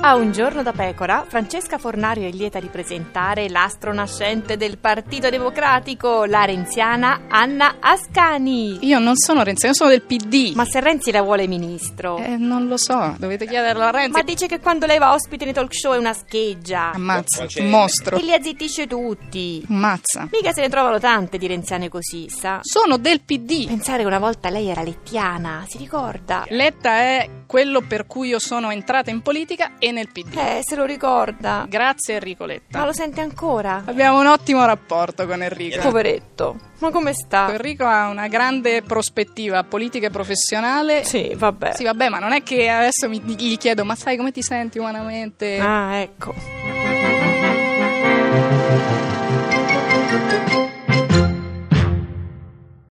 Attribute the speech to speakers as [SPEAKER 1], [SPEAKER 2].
[SPEAKER 1] A un giorno da pecora, Francesca Fornario è lieta di presentare l'astronascente del Partito Democratico, la renziana Anna Ascani.
[SPEAKER 2] Io non sono Renzi, io sono del PD.
[SPEAKER 1] Ma se Renzi la vuole ministro?
[SPEAKER 2] Eh, non lo so, dovete chiederlo a Renzi.
[SPEAKER 1] Ma dice che quando lei va ospite nei talk show è una scheggia.
[SPEAKER 2] Ammazza, un mostro.
[SPEAKER 1] E li azzittisce tutti.
[SPEAKER 2] Ammazza.
[SPEAKER 1] Mica se ne trovano tante di renziane così, sa?
[SPEAKER 2] Sono del PD.
[SPEAKER 1] Pensare che una volta lei era lettiana, si ricorda?
[SPEAKER 2] Letta è quello per cui io sono entrata in politica e nel PD.
[SPEAKER 1] Eh, se lo ricorda.
[SPEAKER 2] Grazie Enrico Letta.
[SPEAKER 1] Ma lo sente ancora?
[SPEAKER 2] Abbiamo un ottimo rapporto con Enrico.
[SPEAKER 1] Poveretto. Ma come sta?
[SPEAKER 2] Enrico ha una grande prospettiva politica e professionale.
[SPEAKER 1] Sì, vabbè.
[SPEAKER 2] Sì, vabbè, ma non è che adesso mi- gli chiedo, ma sai come ti senti umanamente?
[SPEAKER 1] Ah, ecco.